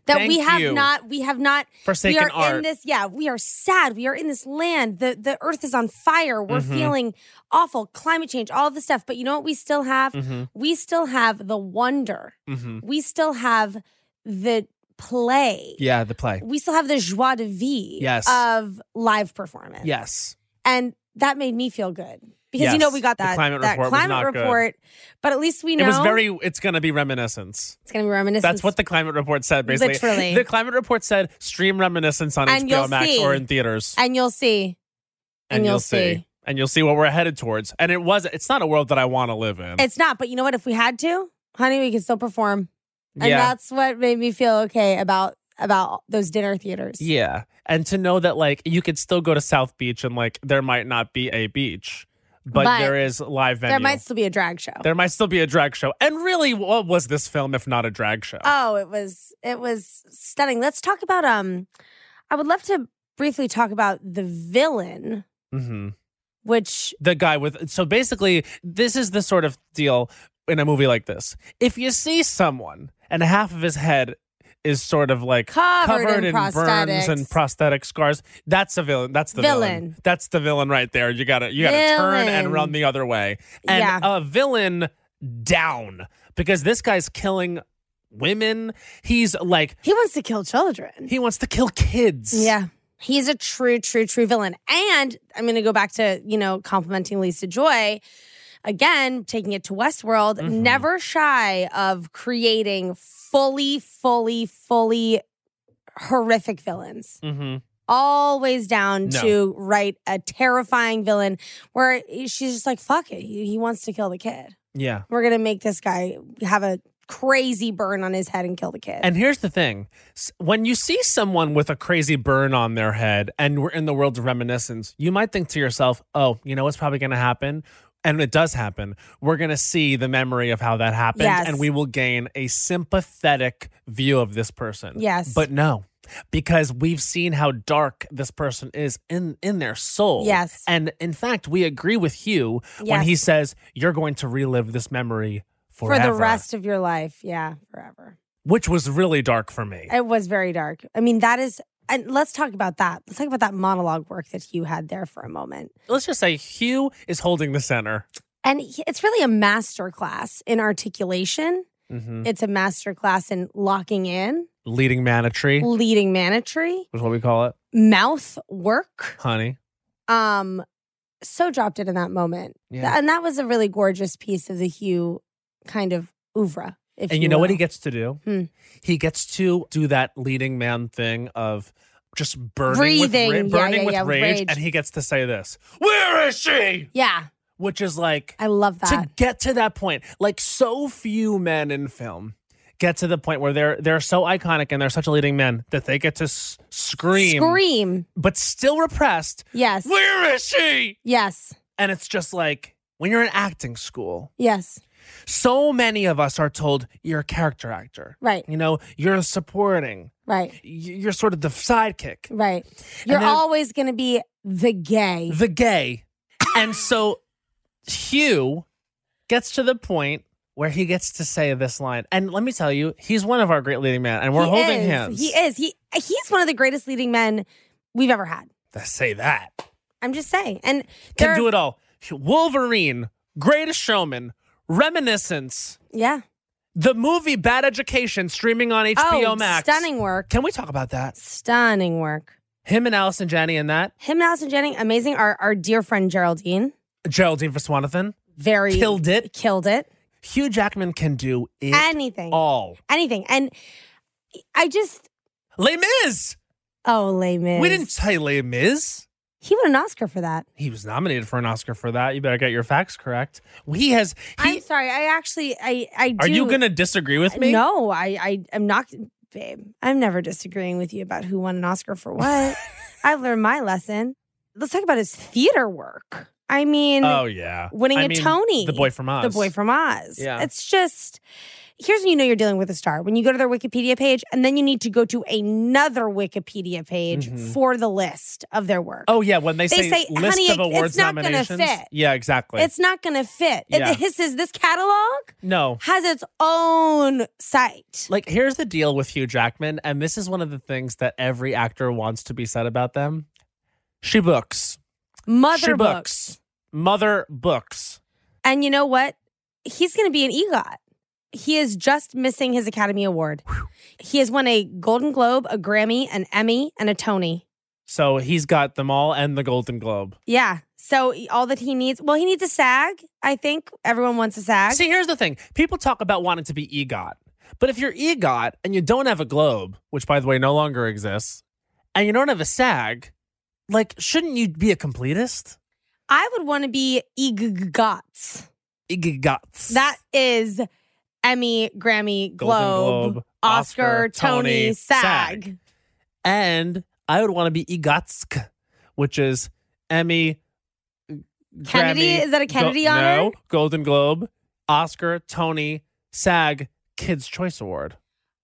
S3: That
S2: Thank
S3: we have
S2: you.
S3: not, we have not.
S2: Forsaken
S3: we are
S2: art.
S3: in this. Yeah, we are sad. We are in this land. the The earth is on fire. We're
S2: Mm-hmm.
S3: feeling awful. Climate change, all of this stuff. But you know what? We still have.
S2: Mm. Mm-hmm,
S3: We still have the wonder.
S2: hmm
S3: We still have the play.
S2: Yeah, the play.
S3: We still have the joie de vivre
S2: Yes.
S3: of live performance.
S2: Yes.
S3: and that made me feel good because you know
S2: Yes.
S3: we got
S2: The
S3: that
S2: climate
S3: that
S2: report was
S3: climate
S2: not good.
S3: report, but at least we know
S2: It was very, it's going to be reminiscence.
S3: it's going to be reminiscent.
S2: That's what the climate report said, basically.
S3: Literally.
S2: The climate report said stream reminiscence on
S3: And
S2: HBO
S3: you'll
S2: Max
S3: see.
S2: or in theaters.
S3: and you'll see, and you'll see.
S2: And you'll see what we're headed towards. And it was, it's not a world that I want to live in.
S3: it's not. But you know what? If we had to, honey, we could still perform, and
S2: yeah.
S3: that's what made me feel okay about about those dinner theaters.
S2: Yeah. And to know that like you could still go to South Beach and like there might not be a beach, but,
S3: But
S2: there is live venue.
S3: there might still be a drag show.
S2: There might still be a drag show. And really, what was this film if not a
S3: Uh,
S2: drag show?
S3: oh, it was it was stunning. Let's talk about um. I would love to briefly talk about the villain,
S2: Mm-hmm.
S3: which
S2: The guy with so basically, this is the sort of deal in a movie like this. If you see someone and half of his head is sort of like
S3: covered,
S2: covered
S3: in,
S2: in, burns
S3: prosthetics.
S2: and prosthetic scars, that's a villain. That's the villain.
S3: Villain.
S2: That's the villain right there. You gotta you gotta turn
S3: Villain.
S2: and run the other way. And
S3: Yeah.
S2: a villain down because this guy's killing women. He's like
S3: he wants to kill children.
S2: he wants to kill kids.
S3: Yeah. He's a true, true, true villain. And I'm going to go back to, you know, complimenting Lisa Joy. Again, taking it to Westworld,
S2: Mhm.
S3: never shy of creating fully, fully, fully horrific villains.
S2: Mm-hmm.
S3: Always down
S2: No.
S3: to write a terrifying villain where she's just like, fuck it. He he wants to kill the kid.
S2: Yeah.
S3: We're going to make this guy have a crazy burn on his head and kill the kid.
S2: And here's the thing S- when you see someone with a crazy burn on their head and we're in the world of reminiscence, you might think to yourself, oh, you know what's probably going to happen? And it does happen. We're going to see the memory of how that happened
S3: Yes.
S2: and we will gain a sympathetic view of this person.
S3: Yes.
S2: But no, because we've seen how dark this person is in, in their soul.
S3: Yes.
S2: And in fact, we agree with Hugh when
S3: Yes.
S2: he says, you're going to relive this memory forever.
S3: for the rest of your life. Yeah, forever.
S2: Which was really dark for me.
S3: It was very dark. I mean, that is, and let's talk about that. Let's talk about that monologue work that Hugh had there for a moment.
S2: let's just say Hugh is holding the center.
S3: And he- it's really a master class in articulation.
S2: Mm.
S3: It's a master class in locking in,
S2: Leading Manatry
S3: leading manetry,
S2: is what we call it,
S3: mouth work.
S2: honey.
S3: Um, so dropped it in that moment,
S2: Yeah.
S3: and that was a really gorgeous piece of the Hugh kind of oeuvre. If
S2: and you know what
S3: will.
S2: he gets to do?
S3: Hmm.
S2: He gets to do that leading man thing of just burning
S3: Breathing.
S2: with, ra-
S3: Yeah,
S2: burning
S3: yeah,
S2: with
S3: yeah,
S2: rage,
S3: rage.
S2: and he gets to say this: "Where is she?"
S3: Yeah,
S2: Which is like
S3: I love that.
S2: to get to that point. Like so few men in film get to the point where they're they're so iconic and they're such leading men that they get to s- scream,
S3: Scream.
S2: but still repressed.
S3: Yes.
S2: Where is she?
S3: Yes.
S2: And it's just like when you're in acting school,
S3: Yes.
S2: so many of us are told you're a character actor.
S3: Right.
S2: You know, you're supporting,
S3: Right.
S2: y- you're sort of the sidekick,
S3: Right. You're
S2: then-
S3: always going to be the gay.
S2: the gay. and so Hugh gets to the point where he gets to say this line. And let me tell you, he's one of our great leading men, and we're
S3: He
S2: holding
S3: is.
S2: hands.
S3: He is. He he's one of the greatest leading men we've ever had.
S2: Let's say that.
S3: I'm just saying. And
S2: Can
S3: there-
S2: do it all. Wolverine, greatest showman, reminiscence,
S3: Yeah.
S2: the movie Bad Education streaming on HBO
S3: oh,
S2: Max.
S3: stunning work.
S2: Can we talk about that?
S3: Stunning work.
S2: Him and Allison Janney and that.
S3: Him, Allison Jennings, amazing. Our our dear friend Geraldine,
S2: Geraldine for Swanathan.
S3: very
S2: Killed it.
S3: Killed it.
S2: Hugh Jackman can do it
S3: Anything.
S2: all.
S3: Anything. And I just
S2: Les Mis!
S3: oh, Les Mis.
S2: We didn't say Les Mis.
S3: He won an Oscar for that.
S2: He was nominated for an Oscar for that. You better get your facts correct. He has. He,
S3: I'm sorry. I actually I I do
S2: are you going to disagree with me?
S3: No, I, I am not, babe. I'm never disagreeing with you about who won an
S2: (laughs)
S3: Oscar for what. I've learned my lesson. Let's talk about his theater work. I mean,
S2: Oh, yeah.
S3: winning
S2: I
S3: a
S2: mean,
S3: Tony,
S2: The boy from Oz.
S3: the boy from Oz.
S2: Yeah.
S3: It's just here's when you know you're dealing with a star when you go to their Wikipedia page, and then you need to go to another Wikipedia page
S2: Mhm.
S3: for the list of their work.
S2: Oh, yeah. When they,
S3: They say,
S2: list
S3: "Honey,
S2: of
S3: it-
S2: awards
S3: it's not gonna
S2: nominations.
S3: fit."
S2: Yeah, exactly.
S3: It's not going to fit. It-
S2: Yeah.
S3: this is this catalog
S2: no.
S3: has its own site.
S2: Like, here's the deal with Hugh Jackman, and this is one of the things that every actor wants to be said about them. She books.
S3: Mother
S2: she
S3: books.
S2: books. Mother books.
S3: And you know what? He's going to be an EGOT. He is just missing his Academy Award. He has won a Golden Globe, a Grammy, an Emmy, and a Tony.
S2: So he's got them all and the Golden Globe.
S3: Yeah. So e, all that he needs, well, he needs a SAG. I think everyone wants a SAG.
S2: See, here's the thing people talk about wanting to be EGOT, but if you're EGOT and you don't have a Globe, which by the way no longer exists, and you don't have a SAG, like, shouldn't you be a completist?
S3: I would want to be E EGOTs.
S2: EGOTs.
S3: That is Emmy,
S2: Golden
S3: Grammy, Globe,
S2: Globe,
S3: Oscar,
S2: Oscar,
S3: Tony,
S2: Tony,
S3: SAG.
S2: SAG. And I would want to be EGOTSK, which is Emmy.
S3: Kennedy?
S2: Grammy,
S3: Is that a
S2: Go-
S3: Kennedy honor?
S2: No, Golden Globe, Oscar, Tony, SAG, Kids' Choice Award.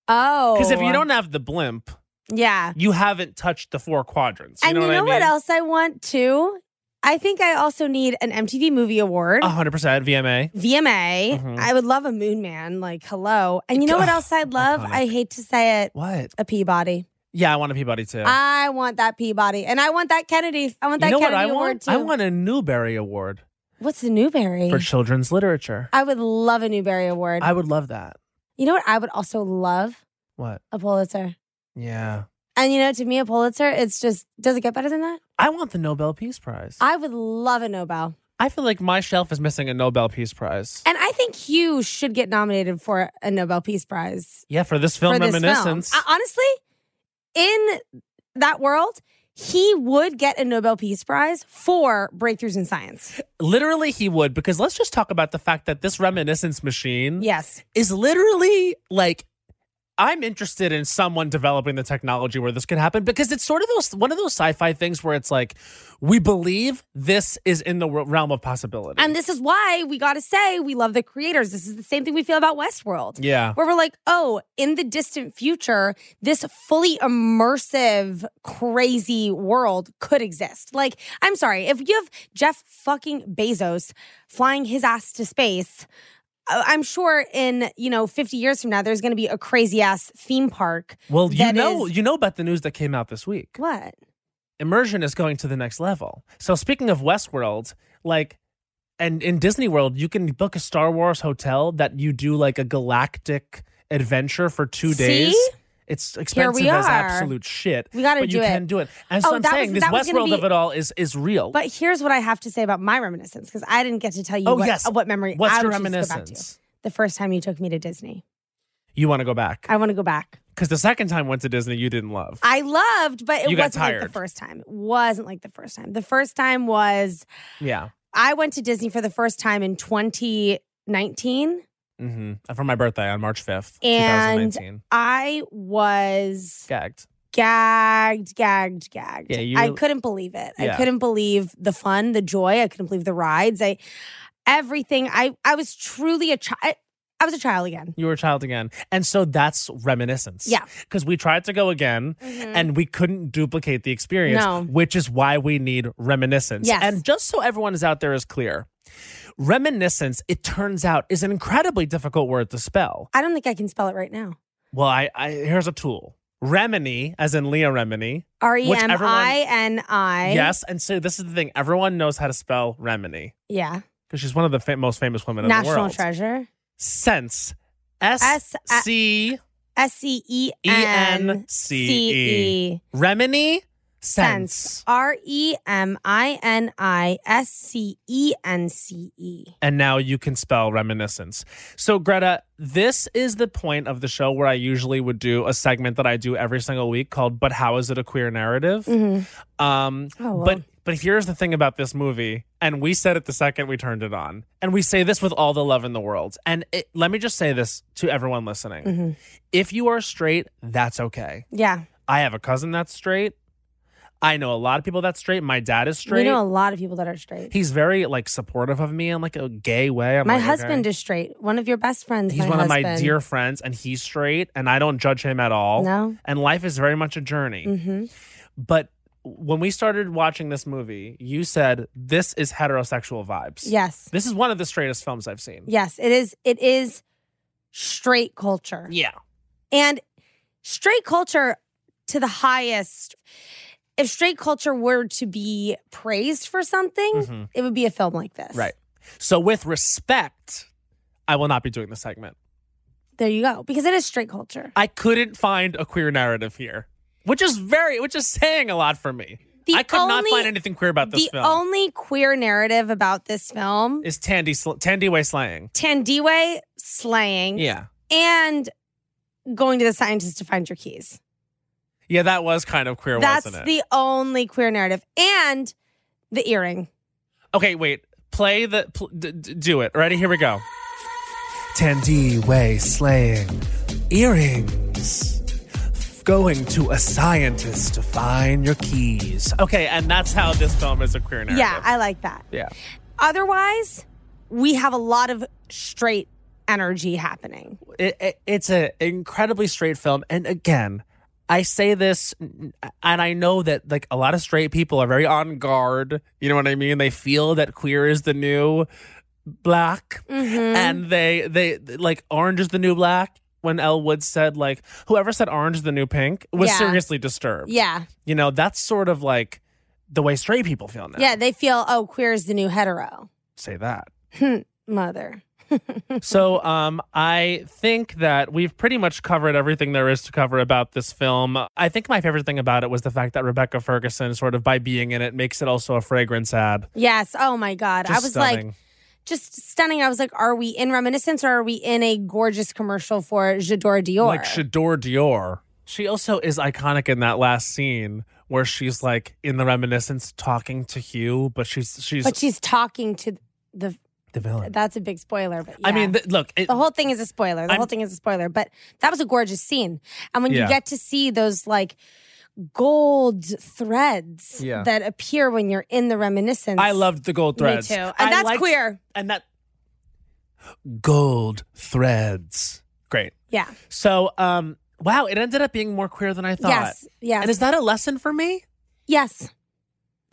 S3: Oh.
S2: Because if you don't have the blimp,
S3: Yeah.
S2: You haven't touched the four quadrants. You
S3: and
S2: know
S3: you
S2: what
S3: know
S2: I mean?
S3: what else I want too? I think I also need an MTV Movie Award.
S2: 100% VMA.
S3: VMA.
S2: Mhm.
S3: I would love a Moon Man. Like, hello. And you know what
S2: Ugh,
S3: else I'd love?
S2: iconic.
S3: I hate to say it.
S2: What?
S3: A Peabody.
S2: Yeah, I want a Peabody too.
S3: I want that Peabody, and I want that Kennedy. I want that
S2: you know what
S3: Kennedy
S2: I
S3: Award
S2: want?
S3: too.
S2: I want a Newbery Award
S3: What's the Newbery?
S2: for children's literature.
S3: I would love a Newbery Award.
S2: I would love that.
S3: you know what? I would also love
S2: What?
S3: a Pulitzer.
S2: Yeah.
S3: And you know, to me, a Pulitzer, it's just does it get better than that?
S2: I want the Nobel Peace Prize. I,
S3: I would love a Nobel,
S2: feel like my shelf is missing a Nobel Peace Prize.
S3: and I think you should get nominated for a Nobel Peace Prize
S2: yeah, for this film
S3: for this
S2: reminiscence.
S3: film. I- honestly, in that world. He would get a Nobel Peace Prize for breakthroughs in science.
S2: literally, he would, because let's just talk about the fact that this reminiscence machine
S3: Yes.
S2: is literally like I'm interested in someone developing the technology where this could happen because it's sort of those one of those sci-fi things where it's like we believe this is in the re- realm of possibility.
S3: And this is why we got to say we love the creators. This is the same thing we feel about Westworld,
S2: yeah.
S3: where we're like, oh, in the distant future, this fully immersive, crazy world could exist. Like, I'm sorry, if you have Jeff fucking Bezos flying his ass to space, I- I'm sure in, you know, 50 years from now, there's going to be a crazy ass theme park.
S2: Well, you
S3: that
S2: know
S3: is-
S2: you know about the news that came out this week.
S3: What?
S2: Immersion is going to the next level. So speaking of Westworld, like and in Disney World, you can book a Star Wars hotel that you do like a galactic adventure for 2
S3: See?
S2: days. It's expensive
S3: we
S2: as
S3: are.
S2: absolute shit.
S3: We got to
S2: but
S3: do
S2: you
S3: it.
S2: can do it. And so
S3: Oh,
S2: I'm
S3: that
S2: saying
S3: was-
S2: this
S3: that was gonna
S2: Westworld
S3: be-
S2: of it all is is real.
S3: But here's what I have to say about my reminiscence because I didn't get to tell you
S2: oh
S3: what, uh,
S2: yes,
S3: what memory
S2: What's
S3: I
S2: your
S3: would choose to go back to.
S2: reminiscence?
S3: The first time you took me to Disney.
S2: You want to go back
S3: I want to go back.
S2: because the second time went to Disney, you didn't love.
S3: I loved, but it
S2: You got
S3: wasn't like the
S2: tired.
S3: first time. It wasn't like the first time. The first time was
S2: yeah,
S3: I went to Disney for the first time in 2019.
S2: hmm for my birthday on March fifth, two
S3: And-
S2: thousand nineteen.
S3: I was
S2: Gagged.
S3: gagged, gagged, gagged.
S2: Yeah, you
S3: I
S2: really-
S3: couldn't believe it. I
S2: Yeah.
S3: couldn't believe the fun, the joy. I couldn't believe the rides. I everything. I I was truly a child. I was a child again.
S2: You were a child again, and so that's reminiscence.
S3: Yeah. Mm.
S2: because we tried to go again. Mm-hmm. And we couldn't duplicate the experience,
S3: No.
S2: which is why we need reminiscence.
S3: Yes.
S2: And just so everyone is out there is clear, reminiscence, it turns out, is an incredibly difficult word to spell.
S3: I don't think I can spell it right now.
S2: Well, I, I here's a tool. Remini, as in Leah Remini.
S3: R e
S2: everyone-
S3: m i n i.
S2: Yes, and so this is the thing. Everyone knows how to spell Remini
S3: Yeah.
S2: because she's one of the fa- most famous women in the
S3: National
S2: world.
S3: treasure.
S2: Sense. S
S3: S- uh,
S2: C
S3: S C E
S2: E
S3: N
S2: N C E. Remini sense.
S3: R E M I N I S C E N C E.
S2: and now you can spell reminiscence. So, Greta, this is the point of the show where I usually would do a segment that I do every single week called But How Is It a Queer Narrative? Um,
S3: Mm. Oh, well.
S2: But but here's the thing about this movie, and we said it the second we turned it on, and we say this with all the love in the world. And it, let me just say this to everyone listening:
S3: Mhm.
S2: if you are straight, that's okay.
S3: Yeah.
S2: I have a cousin that's straight. I know a lot of people that's straight. My dad is
S3: We
S2: straight.
S3: know a lot of people that are straight.
S2: He's very like supportive of me in like a gay way. I'm
S3: my
S2: like,
S3: husband
S2: okay.
S3: is straight. One of your best friends.
S2: He's
S3: my
S2: one
S3: husband.
S2: of my dear friends, and he's straight, and I don't judge him at all.
S3: No.
S2: And life is very much a journey.
S3: Mm-hmm.
S2: But when we started watching this movie, you said this is heterosexual vibes.
S3: Yes.
S2: This is one of the straightest films I've seen.
S3: Yes. It is. It is straight culture.
S2: Yeah.
S3: And straight culture to the highest. If straight culture were to be praised for something,
S2: Mhm.
S3: it would be a film like this.
S2: Right. So with respect, I will not be doing the segment.
S3: There you go. Because it is straight culture.
S2: I couldn't find a queer narrative here, which is very, which is saying a lot for me.
S3: The
S2: I could not
S3: only-
S2: find anything queer about this
S3: the
S2: film.
S3: only queer narrative about this film
S2: is Tandy sl- Tandy Way slaying?
S3: Tandiwe slaying
S2: Yeah.
S3: and going to the scientist to find your keys.
S2: Yeah, that was kind of queer,
S3: That's
S2: wasn't it?
S3: the only queer narrative. And the earring.
S2: Okay, wait. Play the. Pl- d- d- do it. Ready? Here we go. Tandy Way slaying. Earrings. Going to a scientist to find your keys. Okay, and that's how this film is a queer narrative.
S3: Yeah, I like that.
S2: yeah.
S3: Otherwise, we have a lot of straight energy happening.
S2: It, it, it's an incredibly straight film. And again, I say this, n- and I know that like a lot of straight people are very on guard. You know what I mean? They feel that queer is the new black,
S3: Mhm.
S2: and they they like orange is the new black. When Elle Wood said like whoever said orange is the new pink was
S3: Yeah.
S2: seriously disturbed.
S3: yeah,
S2: You know that's sort of like the way straight people feel now.
S3: yeah, they feel oh, queer is the new hetero.
S2: say
S3: (laughs)
S2: that.
S3: Mother,
S2: so um, I think that we've pretty much covered everything there is to cover about this film. I think my favorite thing about it was the fact that Rebecca Ferguson, sort of by being in it, makes it also a fragrance ad.
S3: yes. Oh my god, I
S2: Just
S3: was
S2: stunning.
S3: like just stunning. I was like, are we in reminiscence or are we in a gorgeous commercial for J'adore Dior?
S2: like Shador Dior. She also is iconic in that last scene where she's like in the reminiscence talking to Hugh, but she's she's
S3: but she's talking to the.
S2: the villain.
S3: That's a big spoiler. But
S2: I
S3: yeah.
S2: mean, th- look, it,
S3: The whole thing is a spoiler. The
S2: I'm-
S3: whole thing is a spoiler. But that was a gorgeous scene. And when
S2: Yeah.
S3: you get to see those like gold threads
S2: Yeah.
S3: that appear when you're in the reminiscence.
S2: I loved the gold threads.
S3: Me too. And
S2: I
S3: that's
S2: liked-
S3: queer.
S2: And that gold threads. Great.
S3: Yeah.
S2: So, um, wow, it ended up being more queer than I thought.
S3: Yes. Yes.
S2: And is that a lesson for me?
S3: yes,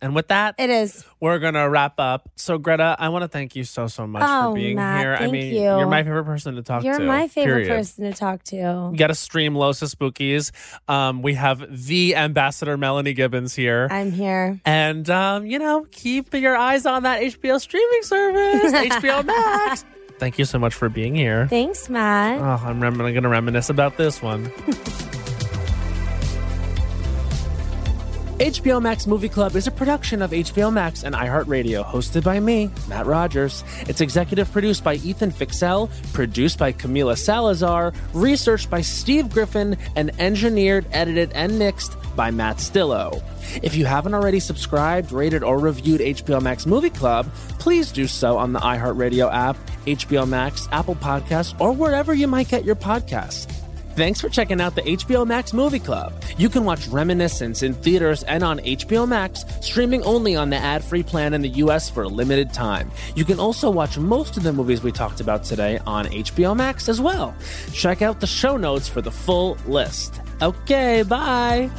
S2: And with that,
S3: it is.
S2: we're gonna wrap up. So, Greta, I want to thank you so so much
S3: Oh,
S2: for being
S3: Matt,
S2: here. I
S3: thank
S2: mean,
S3: you.
S2: are my favorite person to talk
S3: You're
S2: to.
S3: my favorite
S2: period.
S3: person to talk to.
S2: Get a stream Los Spookies. Um, we have the ambassador Melanie Gibbons here.
S3: I'm here.
S2: and um, you know, keep your eyes on that HBO streaming service, HBO Max. Thank you so much for being here.
S3: Thanks, Matt.
S2: Oh, I'm, rem- I'm gonna reminisce about this one.
S4: HBO Max Movie Club is a production of HBO Max and iHeartRadio, hosted by me, Matt Rogers. It's executive produced by Ethan Fixell, produced by Camila Salazar, researched by Steve Griffin, and engineered, edited, and mixed by Matt Stillo. If you haven't already subscribed, rated, or reviewed HBO Max Movie Club, please do so on the iHeartRadio app, HBO Max, Apple Podcasts, or wherever you might get your podcasts. Thanks for checking out the HBO Max Movie Club. You can watch Reminiscence in theaters and on HBO Max, streaming only on the ad free plan in the US for a limited time. You can also watch most of the movies we talked about today on HBO Max as well. Check out the show notes for the full list. Okay, bye.